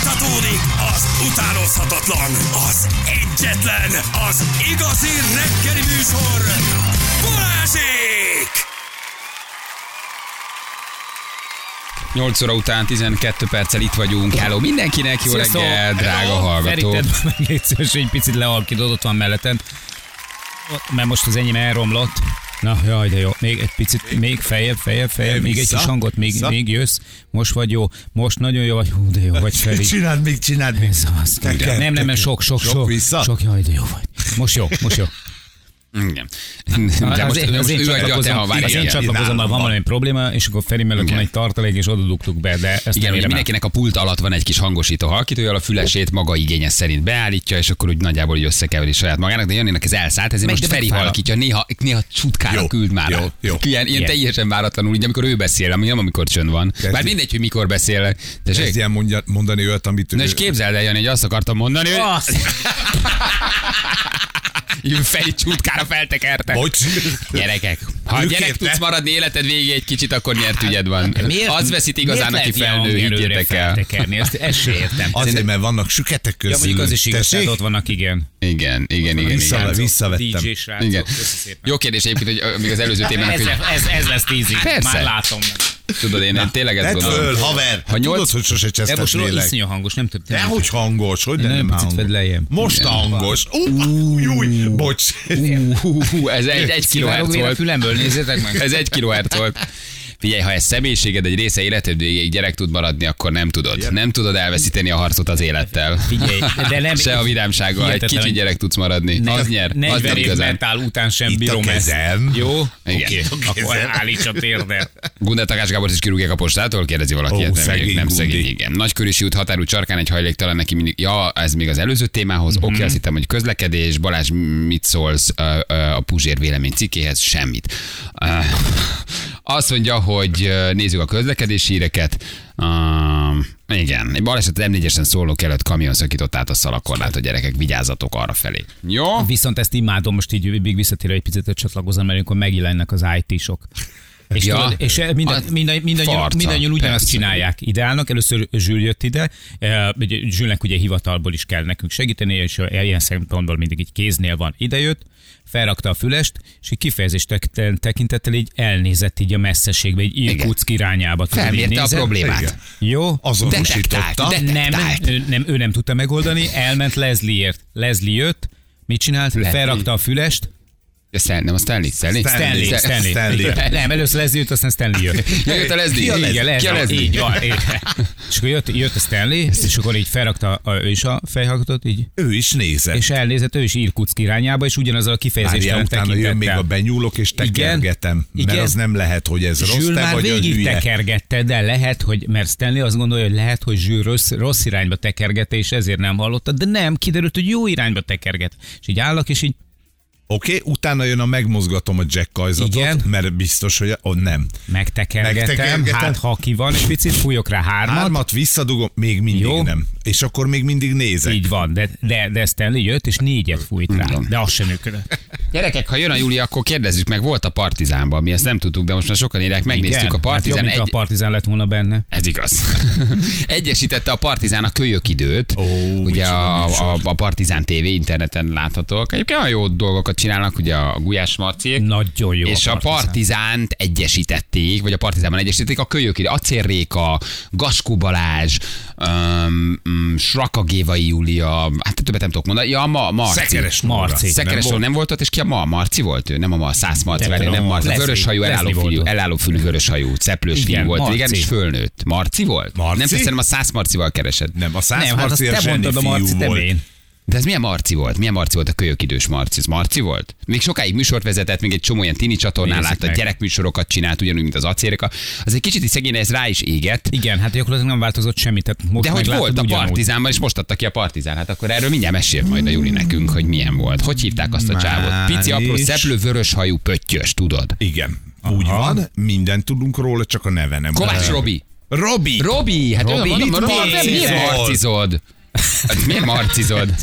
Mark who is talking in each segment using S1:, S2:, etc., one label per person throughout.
S1: Folytatódik az utánozhatatlan, az egyetlen, az igazi reggeli műsor, Balázsék!
S2: 8 óra után 12 perccel itt vagyunk. Hello mindenkinek, jó
S3: Sziasztok!
S2: reggel, drága
S3: Hello!
S2: hallgató.
S3: Feri, tedd be meg légy szíves, hogy egy picit lealkidod, ott van mellettem. Ott- Mert most az enyém elromlott. Na, jaj, de jó. Még egy picit, még feljebb, feljebb, feljebb, még egy
S4: Vissza,
S3: kis hangot, még,
S4: vissza.
S3: még jössz. Most vagy jó, most nagyon jó vagy, hú, de jó vagy, Feri.
S4: Csináld még, csináld még.
S3: Ez az.
S4: Teker,
S3: Nem, nem, nem,
S4: teker.
S3: sok, sok,
S4: Sok
S3: sok.
S4: vissza?
S3: Sok, jaj, de jó vagy. Most jó, most jó.
S2: Igen. De most,
S3: én-
S2: most ő adja a te
S3: csatlakozom-
S2: havát.
S3: az én
S2: Igen.
S3: csatlakozommal
S4: Nálam
S3: van
S4: van.
S3: valami probléma, és akkor Feri mellett
S2: Igen.
S3: van egy tartalék, és oda dugtuk be, de ezt nem
S2: Igen, ugye
S3: érem el.
S2: mindenkinek a pult alatt van egy kis hangosító halkítójal, a fülesét maga igénye szerint beállítja, és akkor úgy nagyjából így összekeveri saját magának, de Janinak ez elszállt, ezért
S3: Meg
S2: most
S3: de
S2: Feri
S3: megfáradt.
S2: halkítja, néha, néha csutkára
S4: Jó,
S2: küld már.
S4: jó, jó.
S2: Ilyen, ilyen
S3: Igen.
S2: teljesen váratlanul, így, amikor ő beszél, ami nem amikor csönd van. Bár
S4: így-
S2: mindegy, hogy mikor beszél.
S4: Ez
S2: Tessék?
S4: ilyen mondja, mondani olyat, amit...
S2: Na és képzeld el, Jani, hogy azt akartam mondani, hogy
S3: Azt.
S2: Így Feri csutkára feltekerte.
S4: Bocs.
S2: Gyerekek, ha
S4: Ő
S2: gyerek
S4: kérte.
S2: tudsz maradni életed végéig egy kicsit, akkor nyert ügyed van. Az veszít igazán,
S3: Hát, miért
S2: aki
S3: lehet
S2: felnő,
S3: ilyen hangerőre
S2: higgyétek el.
S3: feltekerni? Ezt, ezt se értem.
S4: Azért, mert vannak süketek
S3: Ja,
S4: közül.
S3: mondjuk az is igaz,
S4: Tessék?
S3: tehát ott vannak, igen.
S2: Igen, igen, igen,
S4: Vissza-
S2: igen.
S4: Visszavettem.
S3: DJ srácok,
S2: Igen.
S3: köszi szépen.
S2: Jó kérdés egyébként, hogy ö, még az előző témának,
S3: Ez,
S2: hogy
S3: ez, ez lesz tízig,
S2: Persze.
S3: már látom.
S2: tudod, én, én tényleg ezt
S4: Tedd
S2: gondolom.
S4: föl, haver!
S2: Ha
S4: Ha
S2: nyolc-
S4: nyolc... Tudod, hogy sose
S3: De most róla
S4: csesztetnélek.
S3: iszonyú hangos, nem több.
S4: De hogy hangos, hogy
S3: nagyon
S4: nem
S3: picit
S4: hangos.
S3: vedd lejjebb.
S4: Most a hangos. Ú, új, új, bocs.
S2: Hú, hú, hú, ez egy, egy kilohertz
S3: volt. A
S2: volt.
S3: fülemből, nézzétek meg.
S2: Ez egy kilohertz volt. Figyelj, ha ez személyiséged egy része életed végéig gyerek tud maradni, akkor nem tudod. Nem tudod elveszíteni a harcot az élettel.
S3: Figyelj, de nem-
S2: Se a vidámsággal, egy
S3: Hihetetlen,
S2: kicsi
S3: hogy-
S2: gyerek tudsz maradni. Az nyer, az
S3: 40
S2: nyer
S3: év
S2: igazán.
S3: metál után sem
S4: Itt a
S3: bírom ezt.
S4: kezem.
S3: Jó?
S2: Igen.
S3: Oké,
S2: Itt
S3: akkor
S4: kezem.
S3: állíts a térdet.
S2: Gunda Takás Gábor is kirúgják a postától, kérdezi valaki.
S4: Ó,
S2: Oh, nem,
S4: szegény
S2: szegény, nem
S4: Gundi.
S2: szegény, igen. Nagykörösi út határú csarkán egy hajléktalan neki mindig. Ja, ez még az előző témához. Mm-hmm. Oké, okay, azt hittem, hogy közlekedés. Balázs, mit szólsz ö, ö, a Puzsér vélemény cikkéhez? Semmit. Ö, Azt mondja, hogy ö, nézzük a közlekedési híreket. Um, igen, egy baleset az M4-esen szólók előtt kamion szakított át a szalakorlát, a gyerekek vigyázzatok arra felé. Jó?
S3: Viszont ezt imádom, most így még visszatérve egy picit, hogy csatlakozom, mert amikor megjelennek az IT-sok. És,
S2: Ja.
S3: ja. tudod, és eh,
S2: A
S3: minden, minden, mindannyian,
S2: farca,
S3: mindannyian ugyanazt
S2: persze.
S3: csinálják. Ideálnak, először Zsül jött ide, eh, ugye Zsülnek ugye hivatalból is kell nekünk segíteni, és ilyen szempontból mindig így kéznél van. Idejött, felrakta a fülest, és így kifejezést tek- tekintettel így elnézett így a messzeségbe, így Irkutsk irányába. Tudod, így
S2: Felmérte a
S3: nézett.
S2: problémát.
S4: Igen.
S3: Jó?
S4: Azonosította.
S2: Detektált, de- hát-
S3: Nem,
S2: Detektált.
S3: ő, nem, ő nem tudta megoldani, elment Leslie-ért. Leslie jött, mit csinált?
S2: Leslie.
S3: Felrakta a fülest.
S2: Ja, Stan- Nem, a Stanley, Stanley.
S3: Stanley,
S4: Stanley.
S3: Stanley.
S4: Stanley.
S3: Nem, először Leslie jött, aztán Stanley jött.
S2: Ja, jött a Leslie.
S3: Ki a Leslie?
S2: Ki a Leslie?
S3: Így van, így. És akkor jött, jött a Stanley, és akkor így felrakta a, ő is a fejhallgatót, így,
S4: Ő is nézett.
S3: és elnézett, ő is Irkutsk irányába, és ugyanaz a kifejezés
S4: Várjál, utána jön még a benyúlok, és
S3: Igen.
S4: tekergetem. Mert
S3: Igen.
S4: az nem lehet, hogy ez rossz,
S3: Zsül
S4: te
S3: már
S4: vagy a
S3: végig
S4: hülye.
S3: tekergette, de lehet, hogy, mert Stanley azt gondolja, hogy lehet, hogy Zsül rossz, rossz irányba tekergette, és ezért nem hallotta, de nem, kiderült, hogy jó irányba tekerget. És így állok, és így
S4: Oké, okay, utána jön a megmozgatom a jack kajzatot,
S3: Igen.
S4: mert biztos, hogy oh, nem.
S3: megtekergetem,
S4: Megtekergetem.
S3: hát ha ki van, és picit fújok rá hármat,
S2: Hát,
S4: Hármat visszadugom, még mindig
S3: Jó.
S4: Jó. nem. És akkor még mindig nézek.
S3: így van, de, de, de Stanley jött, és
S2: Hm,
S3: négyet fújt rá,
S2: Igen.
S3: de az sem működött.
S2: Gyerekek, ha jön a Júli, akkor kérdezzük meg, volt a Partizánban, mi ezt nem tudtuk, de most már sokan írják, megnéztük
S3: Igen,
S2: a Partizán.
S3: Hát jobb,
S2: egy...
S3: egy... a partizán lett volna benne.
S2: Ez igaz. Egyesítette a Partizán a kölyök időt.
S4: Ó,
S2: ugye
S4: micsoda
S2: a, a,
S4: műsor.
S2: a, Partizán TV interneten láthatók. Egyébként olyan jó dolgokat csinálnak, ugye a Gulyás Marciék.
S3: Nagyon jó
S2: és a Partizánt egyesítették, vagy a Partizánban egyesítették a kölyök ide. Acérréka, Gaskó Balázs, um, um, Sraka Gévai Júlia, hát többet nem tudok mondani. Ja, ma, Marci.
S4: Szekeres Nóra.
S3: Marci.
S2: Szekeres nem, nem volt ott, és ki a ma? Marci volt ő? Nem a ma, Szász Marci,
S3: Nem
S2: nem, nem
S3: tudom.
S2: Marci.
S3: Leslie.
S2: vörös hajú,
S3: Leslie
S2: elálló
S3: volt
S2: fülű,
S3: ott.
S2: elálló fülű vörös hajú, ceplős
S3: Igen,
S2: fiú volt.
S3: Marci.
S2: Igen, és fölnőtt. Marci volt?
S4: Marci?
S2: Nem, szerintem a Szász Marcival keresed.
S4: Nem, a száz
S3: Nem, hát azt te mondtad a Marci, te
S4: volt.
S3: én.
S2: De ez milyen Marci volt? Milyen Marci volt a kölyök idős Marci? Ez Marci volt? Még sokáig műsort vezetett, még egy csomó ilyen tini csatornán
S3: Nézzük
S2: látta,
S3: meg.
S2: gyerekműsorokat csinált, ugyanúgy, mint az acérka. Az egy kicsit is szegény, ez rá is égett.
S3: Igen, hát gyakorlatilag nem változott semmit, tehát most
S2: De hogy
S3: meglátod
S2: volt a
S3: ugyanúgy.
S2: Partizánban, és most adta ki a Partizán, hát akkor erről mindjárt mesél majd a Juli nekünk, hogy milyen volt. Hogy hívták azt a
S4: Már
S2: csávot? Pici, apró,
S4: is.
S2: szeplő, vörös hajú, pöttyös, tudod?
S4: Igen, úgy van, mindent tudunk róla, csak a neve nem.
S2: Kovács Robi.
S4: Robi!
S2: Robi, hát
S4: Robi,
S2: Robi,
S4: mit
S2: mondom, Robi,
S4: marcizol?
S2: miért marcizod? Hát Miért marcizod?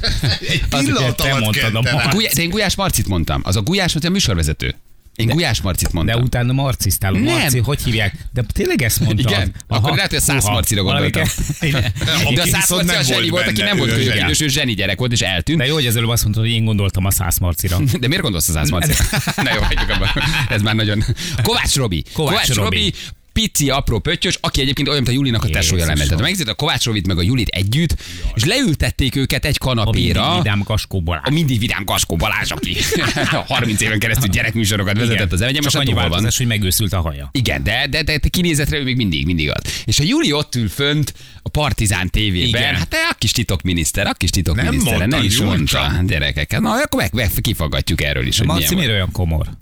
S4: Egy
S3: Az, ugye,
S4: pillanat
S3: te
S4: alatt
S3: mondtad a
S4: kente
S3: Marci.
S4: rá.
S2: Gulyá- de én Gulyás Marcit mondtam. Az a Gulyás volt a műsorvezető. Én Gulyás Marcit
S3: De
S2: mondtam.
S3: utána marcisztálom.
S2: Nem.
S3: Marci, hogy hívják? De tényleg ezt mondtad?
S2: Igen? Akkor lehet, hogy a száz marcira
S3: valami
S2: gondoltam.
S3: kell- Igen.
S2: De a
S4: Aki
S2: száz
S4: viszont
S2: marci
S4: nem
S2: a zseni
S4: volt
S2: volt, aki
S4: benne,
S2: nem volt
S4: ő a zseni.
S2: kölyös, ő zseni gyerek volt, és eltűnt.
S3: De jó, hogy az előbb azt mondtad, hogy én gondoltam a száz marcira.
S2: De miért gondolsz az ázmarcira? Na jó, hagyjuk abba. Ez már nagyon... Kovács Robi.
S3: Kovács Robi.
S2: pici, apró pöttyös, aki egyébként olyan, mint a Julinak a tesója
S3: Jézusom.
S2: lenne. Tehát megnézed a Kovács Robit meg a Julit együtt, és leültették őket egy
S3: A mindig
S2: kanapéra.
S3: vidám kaskóból
S2: A mindig vidám Gaskó Balázs, aki 30 éven keresztül gyerekműsorokat vezetett az egyetem,
S3: Csak
S2: most
S3: annyi
S2: annyi van.
S3: változás, hogy megőszült a haja.
S2: Igen, de, de, de, de kinézetre ő még mindig, mindig az. És a Júli ott ül fönt a Partizán tévében, Igen.
S3: Igen.
S2: hát a kis titokminiszter, a kis titokminiszter,
S4: mondta,
S2: nem is
S4: Júli
S2: mondta,
S4: csak.
S2: gyerekek. Hát Na, akkor meg, meg kifaggatjuk erről is, hogy
S3: Marci
S2: milyen
S3: miért olyan komor?
S2: volt.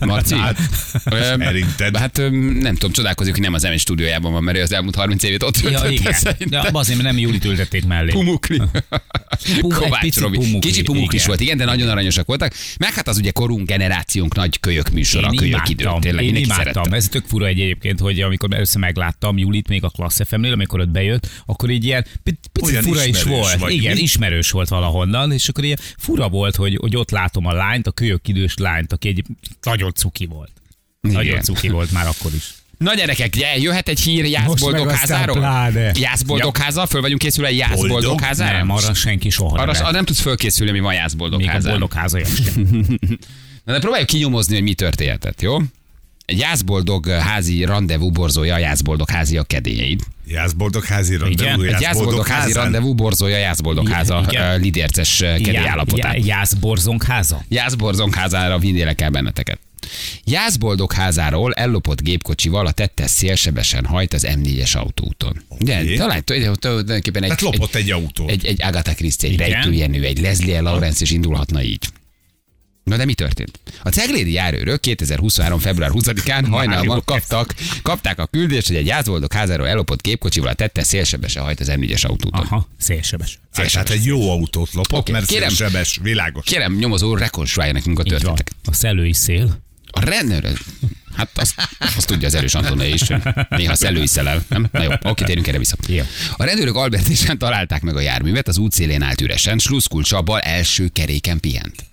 S2: Marci? Hát,
S4: szerinted?
S2: hát öm, nem tudom, csodálkozik, hogy nem az M1 stúdiójában van, mert ő az elmúlt 30 évét ott
S3: Ja,
S2: töltötte
S3: igen. De
S2: Hát, szerintem.
S3: azért, mert nem Julit ültették mellé.
S2: Pumukli.
S3: Pum- egy
S2: Kovács
S3: pici
S2: Robi.
S3: pumukli,
S2: Kicsi pumuklis
S3: igen.
S2: volt, igen, de nagyon aranyosak voltak. Meg hát az ugye korunk, generációnk nagy kölyök műsora, a
S3: Én
S2: kölyök idő.
S3: imádtam,
S2: Tényleg
S3: én
S2: mindenki
S3: imádtam.
S2: szerette.
S3: Ez tök fura egy egyébként, hogy amikor először megláttam Julit még a Klassz FM-nél, amikor ott bejött, akkor így ilyen pic- pici
S4: Olyan
S3: fura is
S4: ismerős
S3: volt.
S4: vagy,
S3: Igen,
S4: mi?
S3: ismerős volt valahonnan, és akkor ilyen fura volt, hogy, hogy ott látom a lányt, a kölyök idős lányt, aki egy nagyon cuki volt.
S2: Igen.
S3: Nagyon cuki volt már akkor is.
S2: Na gyerekek, je- jöhet egy hír Jász
S3: Most meg
S2: Boldogházáról?
S3: aztán pláne.
S2: Jász Boldogháza? Föl vagyunk készülve egy Jász
S4: Boldog?
S2: Boldogházára?
S3: Nem, arra senki soha
S2: arra,
S3: nem.
S2: arra nem tudsz fölkészülni, mi van Jász
S3: Még a
S2: Boldogházára.
S3: boldogháza sem.
S2: Na de próbáljuk kinyomozni, hogy mi történhetett, jó? Egy Jászboldog házi rendezvú borzolja a Jászboldog házi a kedélyeit.
S4: Jászboldog házi rendezvú.
S2: Egy Jászboldog házi
S4: házán.
S2: rendezvú borzolja a Jászboldog
S3: Igen,
S2: háza
S3: igen.
S2: ö, lidérces ö, kedély állapotát. Ah.
S3: Jászborzonk háza?
S2: Jászborzong házára vinnélek el benneteket. Jászboldog házáról ellopott gépkocsival a tettes szélsebesen hajt az M4-es autóúton. De talán t- t- tulajdonképpen egy,
S4: Tehát Hát lopott egy autót.
S2: egy, egy Agatha Christie, egy
S3: Hát Igen.
S2: rejtőjenő, egy Leslie Lawrence is indulhatna így. Na de mi történt? A ceglédi járőrök 2023. február 20-án hajnalban kaptak, kapták a küldést, hogy egy Jászboldog házáról ellopott gépkocsival a tettes szélsebesen hajt az M4-es autóúton.
S3: Aha, szélsebes.
S4: Hát, tehát egy jó autót lopott,
S2: Oké,
S4: okay, mert
S2: kérem.
S4: kérem. sebes, világos.
S2: Kérem, nyomozó, rekonstruálja nekünk a
S3: Így van.
S2: történeteket.
S3: A szellői szél.
S2: A rendőr, hát azt, azt tudja az erős Antonai is, hogy néha szellőiszel el. Nem? Na jó, oké, térjünk erre vissza.
S3: Jó.
S2: A rendőrök Albert Isán találták meg a járművet, az útszélén állt üresen, sluszkulcsa bal első keréken pihent.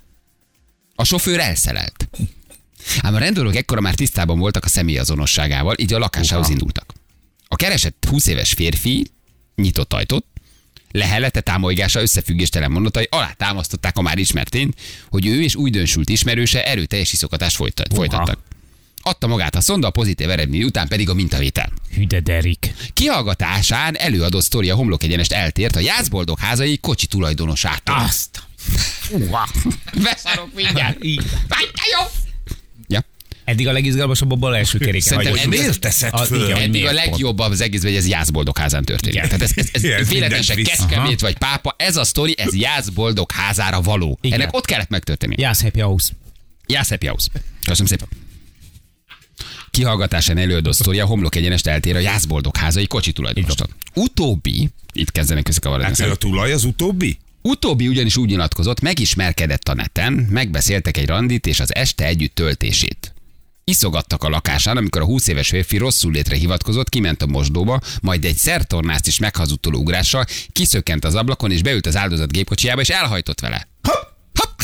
S2: A sofőr elszelelt. Ám a rendőrök ekkora már tisztában voltak a személyazonosságával, így a lakásához indultak. A keresett 20 éves férfi nyitott ajtót, lehelete támolygása összefüggéstelen mondatai alá támasztották a már ismert tényt, hogy ő és újdonsült ismerőse erőteljes iszokatást folytat, folytattak. Adta magát a szonda, a pozitív eredmény után pedig a mintavétel.
S3: Hüdederik.
S2: Kihallgatásán előadott sztoria homlok egyenest eltért a Jászboldog házai kocsi tulajdonosától.
S3: Azt. Uha.
S2: Beszarok mindjárt. Vágy, de jó! Ja.
S3: Eddig a legizgalmasabb a bal első keréken.
S2: Szerintem
S3: hagyott.
S2: eddig az-
S4: teszed
S3: A-
S4: föl?
S3: igen, hogy
S2: Eddig
S3: miért
S2: a
S3: pont?
S2: legjobb az egészben, hogy ez Jászboldog házán történik.
S3: Igen.
S2: Tehát ez, ez, ez
S4: Igen,
S2: véletlen
S4: mindent
S2: se
S4: visz.
S2: kecskemét vagy pápa, ez a sztori, ez Jászboldog házára való.
S3: Igen.
S2: Ennek ott kellett megtörténni.
S3: Jász Happy House.
S2: Jász Happy House. Köszönöm szépen. Kihallgatásán előadott sztoria, homlok egyenest eltér a Jászboldog házai kocsi tulajdonosnak. Utóbbi, itt kezdenek összekavarni.
S4: Hát ő a tulaj az utóbbi?
S2: Utóbbi ugyanis úgy nyilatkozott, megismerkedett a neten, megbeszéltek egy randit és az este együtt töltését. Iszogattak a lakásán, amikor a 20 éves férfi rosszul létre hivatkozott, kiment a mosdóba, majd egy szertornászt is meghazudtoló ugrással kiszökkent az ablakon, és beült az áldozat gépkocsijába, és elhajtott vele. Hopp!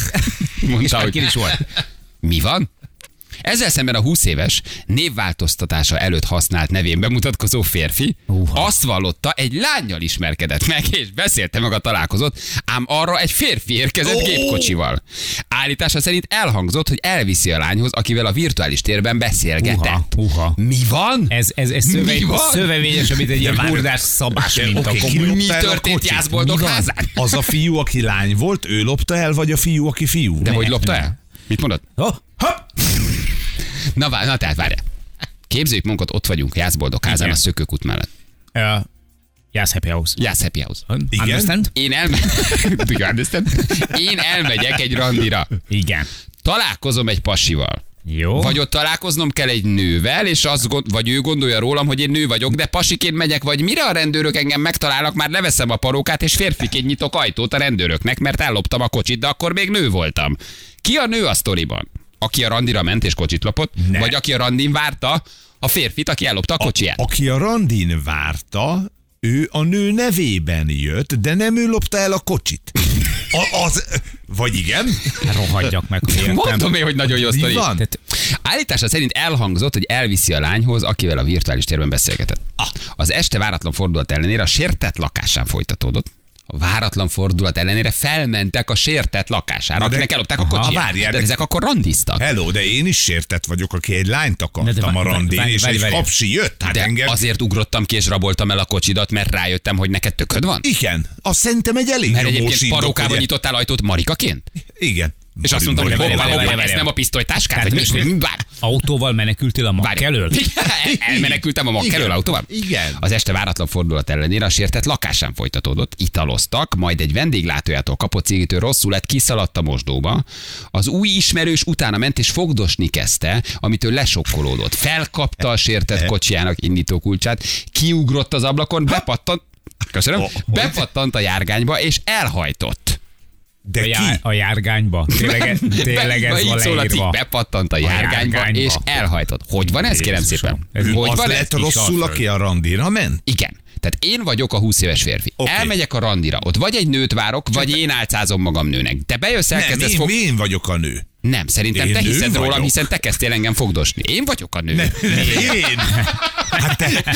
S2: Mondta, hogy is volt. Mi van? Ezzel szemben a 20 éves névváltoztatása előtt használt nevén bemutatkozó férfi
S3: Uha.
S2: azt vallotta, egy lányjal ismerkedett meg, és beszélte meg a találkozót, ám arra egy férfi érkezett gépkocsival. Állítása szerint elhangzott, hogy elviszi a lányhoz, akivel a virtuális térben beszélgetett.
S3: Uha, uha.
S2: Mi van?
S3: Ez, ez, ez
S2: Mi
S3: szöve,
S2: van?
S3: szövevényes, amit egy ilyen
S4: várj.
S3: burdás szabás, mint a
S4: Oké,
S3: kom-
S4: ki lopta
S2: mi
S4: el a
S2: történt
S4: kocsit?
S2: Jászboldog
S4: Mi van?
S2: házán?
S4: Az a fiú, aki lány volt, ő lopta el, vagy a fiú, aki fiú?
S2: De hogy
S3: Ne,
S2: lopta
S3: ne.
S2: el? Mit mondod?
S3: Oh,
S4: Ha?
S2: Na, vár, na tehát várjál. Képzeljük magunkat, ott vagyunk Jászboldog házán a
S3: Igen.
S2: szökőkút mellett.
S3: uh, Jász Happy House.
S2: Jász Happy House.
S4: Igen?
S3: Understand?
S2: Én, elme- Do you understand? Én elmegyek egy randira.
S3: Igen.
S2: Találkozom egy pasival.
S3: Jó.
S2: Vagy ott találkoznom kell egy nővel, és az gond, vagy ő gondolja rólam, hogy én nő vagyok, de pasiként megyek, vagy mire a rendőrök engem megtalálnak, már leveszem a parókát, és férfiként nyitok ajtót a rendőröknek, mert elloptam a kocsit, de akkor még nő voltam. Ki a nő a sztoriban? Aki a randira ment és kocsit lopott, ne. vagy aki a randin várta a férfit, aki ellopta a kocsiját?
S4: Aki a randin várta, ő a nő nevében jött, de nem ő lopta el a kocsit. A, az, vagy igen?
S3: Rohadjak meg, hogy értem.
S2: Mondom én, hogy nagyon jó
S4: Mi
S2: sztori.
S4: van?
S2: Tehát állítása szerint elhangzott, hogy elviszi a lányhoz, akivel a virtuális térben beszélgetett.
S4: Ah.
S2: Az este váratlan fordulat ellenére a sértett lakásán folytatódott. A váratlan fordulat ellenére felmentek a sértett lakására,
S4: Na de-
S2: akinek ellopták a
S4: Aha,
S2: kocsiját.
S4: várjál,
S2: De
S4: de-
S2: ezek akkor randiztak.
S4: Hello, de én is sértett vagyok, aki egy lányt
S3: De de
S4: akartam a
S3: várj,
S4: randin,
S3: várj,
S4: és
S3: várj,
S4: egy
S3: várj.
S4: kapsi jött. Hát
S2: De
S4: engem...
S2: azért ugrottam ki és raboltam el a kocsidat, mert rájöttem, hogy neked tököd van?
S4: Igen, azt szerintem egy elég
S2: Mert
S4: jogos
S2: egyébként
S4: indok,
S2: parókában
S4: ugye?
S2: nyitottál ajtót marikaként?
S4: Igen.
S2: És azt mondtam, hogy
S4: Boli,
S2: hoppá,
S4: boli,
S2: hoppá,
S4: boli,
S3: várj,
S2: hoppá,
S3: várj,
S2: ez nem a pisztolytáskát,
S4: Hát
S3: Tehát
S2: vagy
S3: most
S2: mi? Vár-
S3: Autóval menekültél a mag
S2: Várj.
S3: elől?
S2: Elmenekültem a mag
S4: Igen.
S2: elől autóval?
S4: Igen.
S2: Az este váratlan fordulat ellenére a sértett lakásán folytatódott, italoztak, majd egy vendéglátójától kapott cégítő rosszul lett, kiszaladt a mosdóba. Az új ismerős utána ment és fogdosni kezdte, amitől lesokkolódott. Felkapta a sértett
S3: Eh.
S2: kocsijának indító kulcsát, kiugrott az ablakon, bepattant, köszönöm,
S3: Oh,
S2: bepattant a járgányba és elhajtott.
S4: De
S3: A, jár,
S4: ki?
S3: a járgányba. Tényleg, e- tényleg
S2: Be-
S3: ez
S2: így
S3: van
S2: szól a cikk,
S3: leírva.
S2: Bepattant a járgányba,
S3: járgányba.
S2: és elhajtott. Hogy van ez, kérem
S3: Jézusom.
S2: szépen?
S3: Ez
S2: Hogy
S4: az
S2: van ez?
S4: lett rosszul,
S3: Alföld?
S4: aki a randira ment?
S2: Igen. Tehát én vagyok a 20 éves férfi.
S4: Oké.
S2: Okay. Elmegyek a randira, ott vagy egy nőt várok, vagy én álcázom magam nőnek. Te bejössz,
S4: Nem,
S2: elkezdesz
S4: én,
S2: fog...
S4: én vagyok a nő.
S2: Nem, szerintem
S4: Én
S2: te
S4: nő
S2: hiszed
S4: vagyok.
S2: rólam, hiszen te kezdtél engem fogdosni. Én vagyok a nő.
S4: Nem, én. Hát te, te,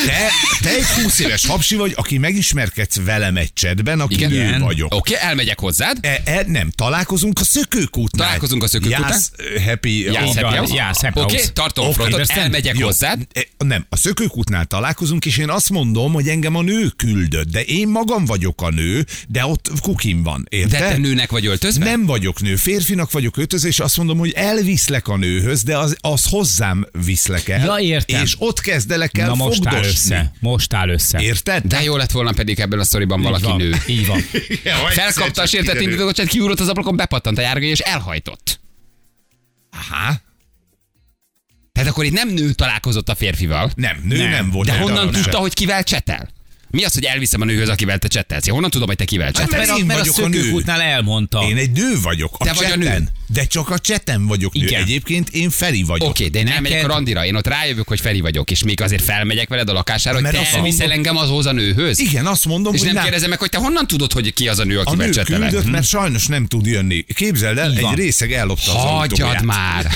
S4: te egy 20 éves hapsi vagy, aki megismerkedsz velem egy csetben, aki
S2: Igen?
S4: Igen? nő vagyok.
S2: Oké, okay, elmegyek hozzád.
S4: E, e, nem, találkozunk a szökőkútnál.
S2: Találkozunk a szökőkútnál.
S4: Jász, ö, happy, oh,
S2: Jász
S4: Így
S2: happy
S4: van.
S2: house?
S3: Jász happy
S2: Oké,
S3: house.
S2: tartom
S3: Oké,
S2: frontot,
S3: understand?
S2: elmegyek
S4: Jó.
S2: hozzád.
S4: E, Nem, a szökőkútnál találkozunk, és én azt mondom, hogy engem a nő küldött, de én magam vagyok a nő, de ott kukim van,
S2: De
S4: érted?
S2: te nőnek vagy öltözve?
S4: Nem vagyok nő, férfinak vagyok ötöző, és azt mondom, hogy elviszlek a nőhöz, de az, az hozzám viszlek el.
S3: Ja, értem.
S4: És ott kezdelek el
S3: Na most áll
S4: fogdosni.
S3: össze. Most áll össze.
S4: Érted?
S2: De jó lett volna pedig ebben a sztoriban
S3: Így
S2: valaki
S3: van.
S2: nő.
S3: Így van.
S4: Ja,
S2: Felkapta a sértett indítókocsát, kiúrott az ablakon, bepattant a járgány és elhajtott.
S4: Aha.
S2: Tehát akkor itt nem nő találkozott a férfival.
S4: Nem, nő nem, nem volt.
S2: De honnan
S4: darab
S2: tudta,
S4: sem.
S2: hogy kivel csetel? Mi az, hogy elviszem a nőhöz, akivel te csetelsz? Én honnan tudom, hogy te kivel
S4: Hát,
S2: csetelsz?
S3: Mert, a,
S4: én
S3: mert a
S4: vagyok a nő.
S3: szökőkútnál elmondta.
S4: Én egy nő vagyok. A
S2: Te vagy a
S4: cseten.
S2: nő.
S4: De csak a cseten vagyok nő.
S3: Igen.
S4: Egyébként én Feri vagyok.
S2: Oké, okay, de én elmegyek a
S3: Neked-
S2: randira, én ott rájövök, hogy Feri vagyok, és még azért felmegyek veled a lakására, hogy
S4: Mert
S2: te
S4: azt
S2: elviszel
S4: mondom-
S2: engem azhoz a nőhöz?
S4: Igen, azt mondom,
S2: és
S4: hogy
S2: nem
S4: nem.
S2: kérdezem meg, hogy te honnan tudod, hogy Hm? ki az a nő,
S4: a
S2: akivel
S4: nő
S2: csetelek?
S4: küldött, mert sajnos nem tud jönni. Képzeld el,
S3: Így van.
S4: egy részeg ellopta az
S2: Hagyjad
S4: autóját.
S2: már!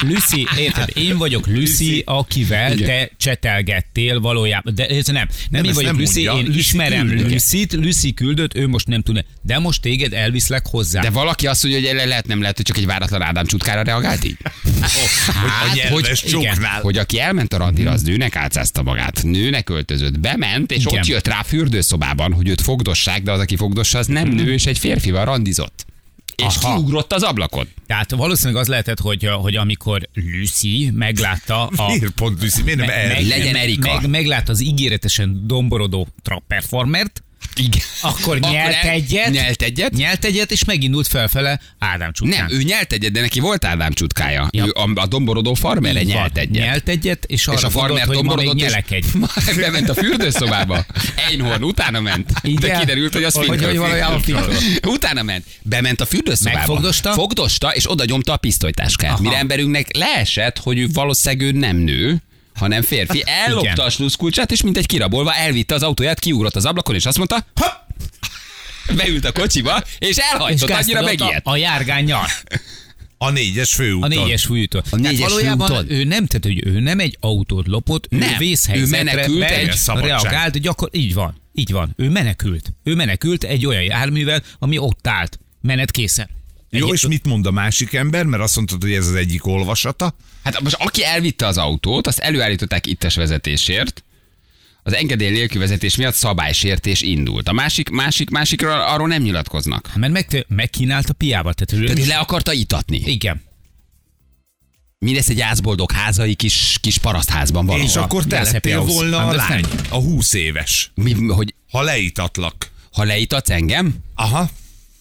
S3: Lucy, érted? Én vagyok Lucy, akivel
S2: Igen.
S3: te csetelgettél valójában. De ez nem, nem,
S4: Nem,
S3: én
S4: ezt
S3: vagyok
S4: nem
S3: Lucy,
S4: mondja.
S3: én
S4: Lucy
S3: ismerem
S4: küldött.
S3: Lucy-t, Lucy küldött, ő most nem tudna. De most téged elviszlek hozzá.
S2: De valaki azt mondja, hogy le- lehet, nem lehet, hogy csak egy váratlan Ádám csutkára reagált így? Hát,
S4: Hogy a nyelves
S2: hogy, igen,
S4: csóknál.
S2: hogy aki elment a randira, az nőnek álcázta magát, nőnek öltözött, bement, és
S3: Igen.
S2: ott jött rá a fürdőszobában, hogy őt fogdossák, de az, aki fogdossa, az nem nő, és egy férfival randizott. És
S3: Mhm. Aha.
S2: kiugrott az ablakon.
S3: Tehát valószínűleg az lehetett, hogy, hogy amikor Lucy meglátta a...
S4: Miért pont Lucy? Miért nem
S3: meg-
S4: Eri?
S3: meg-
S2: Legyen
S3: meg-
S2: Erika.
S3: Meg, meglátta az ígéretesen domborodó trap performert,
S2: Igen.
S3: akkor nyelt
S2: el-
S3: egyet,
S2: Nyelt egyet.
S3: nyelt egyet, és megindult felfele Ádám csúcsán.
S2: Nem, ő nyelt egyet, de neki volt Ádám csutkája.
S3: Ja.
S2: Ő a, a domborodó farmere
S3: Így van.
S2: nyelt egyet.
S3: Nyelt egyet, és arra
S2: és a
S3: gondolt,
S2: farmer
S3: hogy ma még
S2: domborodott, és
S3: nyelek egy.
S2: már bement a fürdőszobába. Einhorn utána ment. De
S3: Igen.
S2: kiderült, hogy az
S3: Hogy-
S2: fintor.
S3: hogy valójában fintor.
S2: Utána ment. Bement a fürdőszobába.
S3: Megfogdosta?
S2: Fogdosta, és oda nyomta a pisztolytáskát.
S3: Aha.
S2: Mire emberünknek leesett, hogy ő valószínűleg ő nem nő, hanem férfi. Ellopta
S3: Igen.
S2: a sluszkulcsát, és mintegy kirabolva elvitte az autóját, kiugrott az ablakon, és azt mondta, hopp! Beült a kocsiba, és
S3: És
S2: elhajtott, annyira
S3: gáztadott
S2: megijedt.
S3: a, a járgányjal,
S4: A négyes
S3: a
S4: főúton.
S3: négyes fűtől. A
S2: négyes
S3: valójában
S2: főúton.
S3: ő nem, tehát hogy ő nem egy autót lopott,
S2: Nem,
S3: ő
S2: ő
S3: vészhelyzetre
S2: menekült
S3: megy,
S2: egy-
S4: szabadság.
S3: reagált, gyakor, így van, így van, ő menekült. Ő menekült egy olyan járművel, ami ott állt, menet készen.
S4: Jó, és mit mond a másik ember? Mert azt mondtad, hogy ez az egyik olvasata.
S2: Hát most aki elvitte az autót, azt előállították ittes vezetésért, az engedély nélkül vezetés miatt szabálysértés indult. A másik, másik, másikra arról nem nyilatkoznak.
S3: Mert meg, megkínált a piával, tehát ő,
S2: Tehát ő le akarta itatni.
S3: igen.
S2: Mindez egy ászboldog házai kis, kis parasztházban valahol.
S4: És akkor te
S3: Jász happy
S4: lettél
S3: house.
S4: volna a
S3: Understand?
S4: lány, a húsz éves.
S2: Mi, hogy
S4: Ha leítatlak.
S2: ha leítatsz engem,
S4: Aha,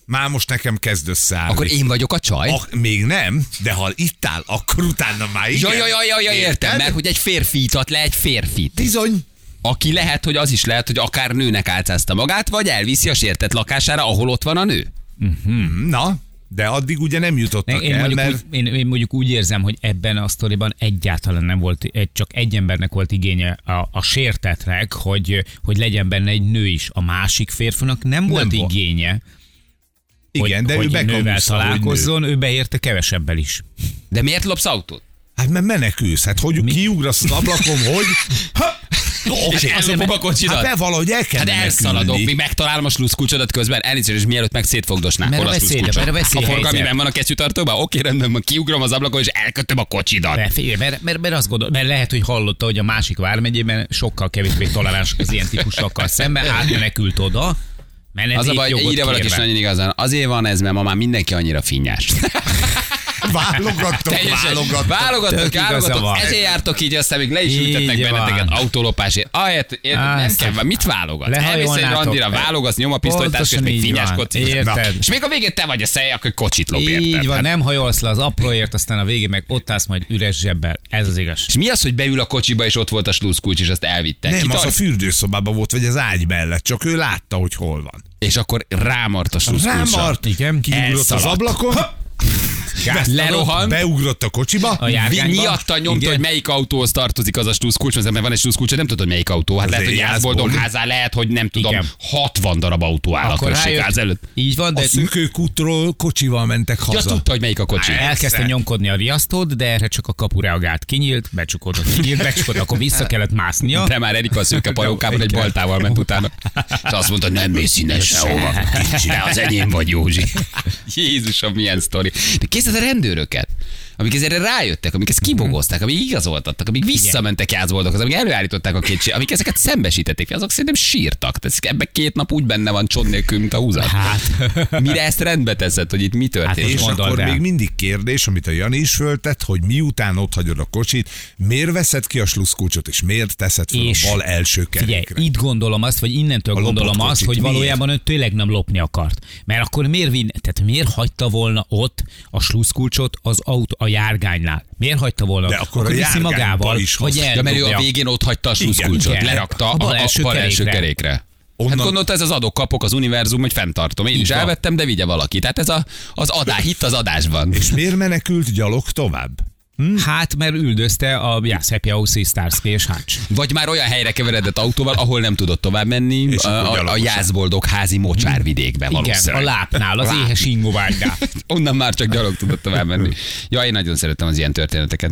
S4: már most nekem kezd összeállni.
S2: akkor én vagyok a csaj.
S4: Hát- Ak- még nem, de ha itt áll, akkor utána már igen.
S2: Jaj, jaj, jaj, jaj, jaj, értem, mert hogy egy férfi itat le egy férfit.
S4: Bizony.
S2: Aki lehet, hogy az is lehet, hogy akár nőnek álcázta magát, vagy elviszi a sértett lakására, ahol ott van a nő.
S4: Na, de addig ugye nem jutottak
S3: Én,
S4: el,
S3: mondjuk
S4: mert...
S3: úgy, én, én mondjuk úgy érzem, hogy ebben a sztoriban egyáltalán nem volt, egy- csak egy embernek volt igénye a, a sértetnek, hogy, hogy legyen benne egy nő is. A másik férfinak nem, nem volt
S4: volt.
S3: igénye
S4: Igen, de ő
S3: hogy
S4: bekamuszta,
S3: nővel
S4: hogy nő.
S3: találkozzon, ő beérte kevesebbel is.
S2: De miért lopsz autót?
S4: Hát mert menekülsz, hát hogy Mi? kiugrasz az ablakon, hogy... Ha,
S2: És ellopom a kocsidat?
S4: Hát be valahogy el kell
S2: Hát
S4: menekülni.
S2: elszaladok, még megtalálom a sluszkulcsodat közben, elnézést, és mielőtt meg szétfogdosnám.
S5: Mert a
S2: hol
S5: veszélyre-
S2: sluszkulcsom?
S5: mert a veszélyhelyzet.
S2: A forgalmiben van a kesztyűtartóban? Oké, rendben van, kiugrom az ablakon, és elkötöm a kocsidat.
S3: De figyelj, mert, mert, mert, azt gondol, mert lehet, hogy hallotta, hogy a másik vármegyében sokkal kevésbé toleráns az ilyen típusokkal szemben, átmenekült oda, menedék
S2: Az a baj,
S3: jogot
S2: írja valaki is
S3: kérve.
S2: nagyon igazán. Azért van ez, mert ma már mindenki annyira finnyás.
S4: Válogattok,
S2: Teljesen
S4: válogattok.
S2: válogatok,
S3: Tök igaza
S2: válogatok,
S3: van.
S2: ezért jártok így, aztán még le is ültetnek
S3: Így
S2: benneteket
S3: van.
S2: autolopásért. Ahelyett, ér,
S3: Á,
S2: nem kell,
S3: szép.
S2: mit válogat? Elmész egy
S3: Lehajolnátok.
S2: randira, válogatsz, nyom a pisztolyt,
S3: Pontosan
S2: és még
S3: így
S2: finnyás
S3: van.
S2: kocsit.
S3: Érted.
S2: És még a végén te vagy a szej, aki kocsit lop, érted?
S3: Így van,
S2: Hát
S3: nem hajolsz le az apróért, aztán a végén meg ott állsz majd üres zsebbel. Ez az igaz.
S2: És mi az, hogy beül a kocsiba, és ott volt a sluszkulcs, és azt elvittek?
S4: Nem,
S2: Kitart-
S4: az a fürdőszobában volt, vagy az ágy mellett, csak ő látta, hogy hol van.
S2: És akkor rámart a sluszkulcsa.
S4: Rámart,
S3: Igen.
S4: kiugrott az
S2: Elszaladt.
S4: ablakon,
S2: Lerohan.
S4: beugrott a kocsiba,
S3: A jár-
S2: Vi-
S3: járványban.
S2: Miatta nyomta,
S3: Igen.
S2: hogy melyik autóhoz tartozik az a sluszkulcs, mert ebben van egy sluszkulcs, nem tudod, hogy melyik autó. Hát lehet, hogy
S4: Azért
S2: Jászboldog
S4: Jászboldog.
S2: házá, lehet, hogy nem tudom,
S3: Igen.
S2: 60 darab autó áll a
S3: Akkor
S2: községház
S3: rájött.
S2: előtt.
S3: Így van,
S4: a
S3: de
S4: szökőkútról kocsival mentek
S2: Ja,
S4: haza. Hát,
S2: tudta, hogy melyik a kocsi.
S3: elkezdte
S4: Persze.
S3: nyomkodni a riasztót, de erre csak a kapu reagált. Kinyílt, becsukodott, kinyílt, becsukodott, akkor vissza kellett másznia.
S2: De már Erika a szürke pajókában egy baltával ment utána. És azt mondta, nem mész innen sehova. De az enyém vagy, Józsi. Jézusom, milyen sztori. De készített a rendőröket, amik ezerre rájöttek, amik ezt kibogozták, amik igazoltattak, amik visszamentek jászboldokhoz, amik előállították a kétség, amik ezeket szembesítették, azok szerintem sírtak. Tehát ebbe két nap úgy benne van csod nélkül, mint a húzat.
S3: Hát.
S2: Mire ezt rendbe teszed, hogy itt mi történt?
S3: most
S4: És
S3: Gondold
S4: akkor
S3: el.
S4: még mindig kérdés, amit a Jani is föltett, hogy miután ott hagyod a kocsit, miért veszed ki a sluszkulcsot, és miért teszed fel
S3: És
S4: a bal első
S3: Figyelj,
S4: kerékre?
S3: itt gondolom azt, vagy innentől
S4: A lopott
S3: gondolom azt,
S4: kocsit.
S3: hogy
S4: Miért?
S3: valójában ő tényleg nem lopni akart. Mert akkor miért, vin, tehát miért hagyta volna ott a sluszkulcsot az autó, a járgánynál? Miért hagyta volna?
S4: De
S3: ott?
S4: akkor a járgányban is
S3: vagy
S4: hozta.
S2: Ja, mert ő a
S3: eldobja.
S2: végén ott hagyta a sluszkulcsot,
S3: Igen.
S2: lerakta
S3: A
S2: a
S3: bal
S2: bal
S3: első
S2: első
S3: kerékre.
S2: kerékre. Hát
S4: Onnan-
S2: gondolta, ez az adok kapok, az univerzum, hogy fenntartom. Én is
S3: van.
S2: elvettem, de vigye valaki. Tehát ez a, az adás, itt az adásban.
S4: És miért menekült gyalog tovább?
S3: Hát, mert üldözte a Jász Happy House Starsky és Hutch.
S2: Vagy már olyan helyre keveredett autóval, ahol nem tudott tovább menni,
S4: És
S2: a,
S4: akkor
S2: a, a
S4: gyalogosan.
S2: jászboldog házi mocsárvidékbe
S3: Igen, a
S2: valószínűleg.
S3: lápnál, az éhes ingóvágynál.
S2: Onnan már csak gyalog tudott tovább menni. Ja, én nagyon szeretem az ilyen történeteket.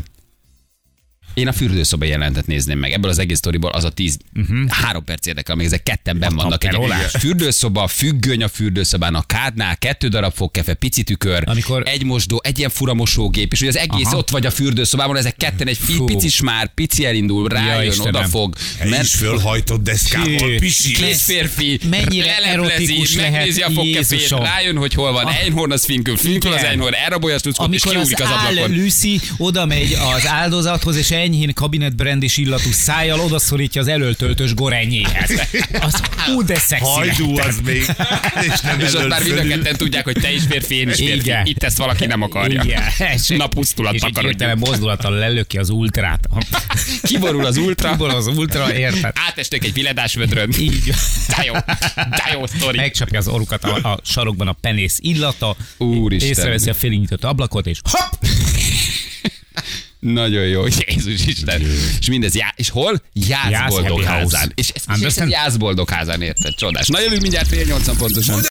S2: Én a fürdőszoba jelentet nézném meg. Ebből az egész sztoriból az a tíz, uh-huh. három perc érdekel, még ezek ketten benn vannak. Egy
S3: Mhm. perolás.
S2: fürdőszoba, függöny a fürdőszobán, a kádnál, kettő darab fogkefe, pici tükör, Amikor...
S3: Amikor-
S2: egy mosdó, egy ilyen fura mosógép, és ugye az egész Aha.
S3: Aha.
S2: ott vagy a fürdőszobában, ezek ketten egy fi,
S3: Fú.
S2: pici már, pici elindul, rájön, ja,
S3: Istenem.
S2: odafog,
S4: Mert is fölhajtott deszkával
S3: Hű.
S4: pisil.
S2: Kész férfi,
S3: Mennyire
S2: leleplezi,
S3: erotikus
S2: megnézi
S3: lehet
S2: a fogkefét,
S3: Jézusom.
S2: rájön, hogy hol van,
S3: Ah.
S2: Einhorn az finkül, finkül az
S3: Igen.
S2: Einhorn, elrabolja a tuckot, és
S3: Amikor az,
S2: kiugrik az
S3: áll
S2: ablakon.
S3: Lucy oda megy az áldozathoz, és enyhén kabinetbrendis illatú szájjal odaszorítja az elöltöltös gorenyéhez. Az hú, de szexi lett.
S4: Hajdú az még. És nem
S2: És ott
S4: elöl
S2: már Hát mind a
S4: fölül.
S2: ketten tudják, hogy te is férfi, én is férfi.
S3: Igen.
S2: Itt ezt valaki nem akarja.
S3: Igen. És-
S2: Na pusztulat
S3: És egy
S2: takarodjunk.
S3: hirtelen mozdulattal lelöki az ultrát.
S2: Kiborul az ultra.
S3: Kiborul az ultra, érted?
S2: Átestek egy viledás vödrön.
S3: Így.
S2: De jó, de jó sztori.
S3: Megcsapja az orukat a, a sarokban a penész illata,
S2: Úristen.
S3: észreveszi a félig nyitott ablakot, és hopp!
S2: Nagyon jó, Jézus Isten. És mindez, já- és hol? Jászboldog
S3: Happy House.
S2: házán. És ezt, és ezt
S3: Understand?
S2: Jászboldog házán érted, csodás. Na jövünk mindjárt fél nyolcan pontosan.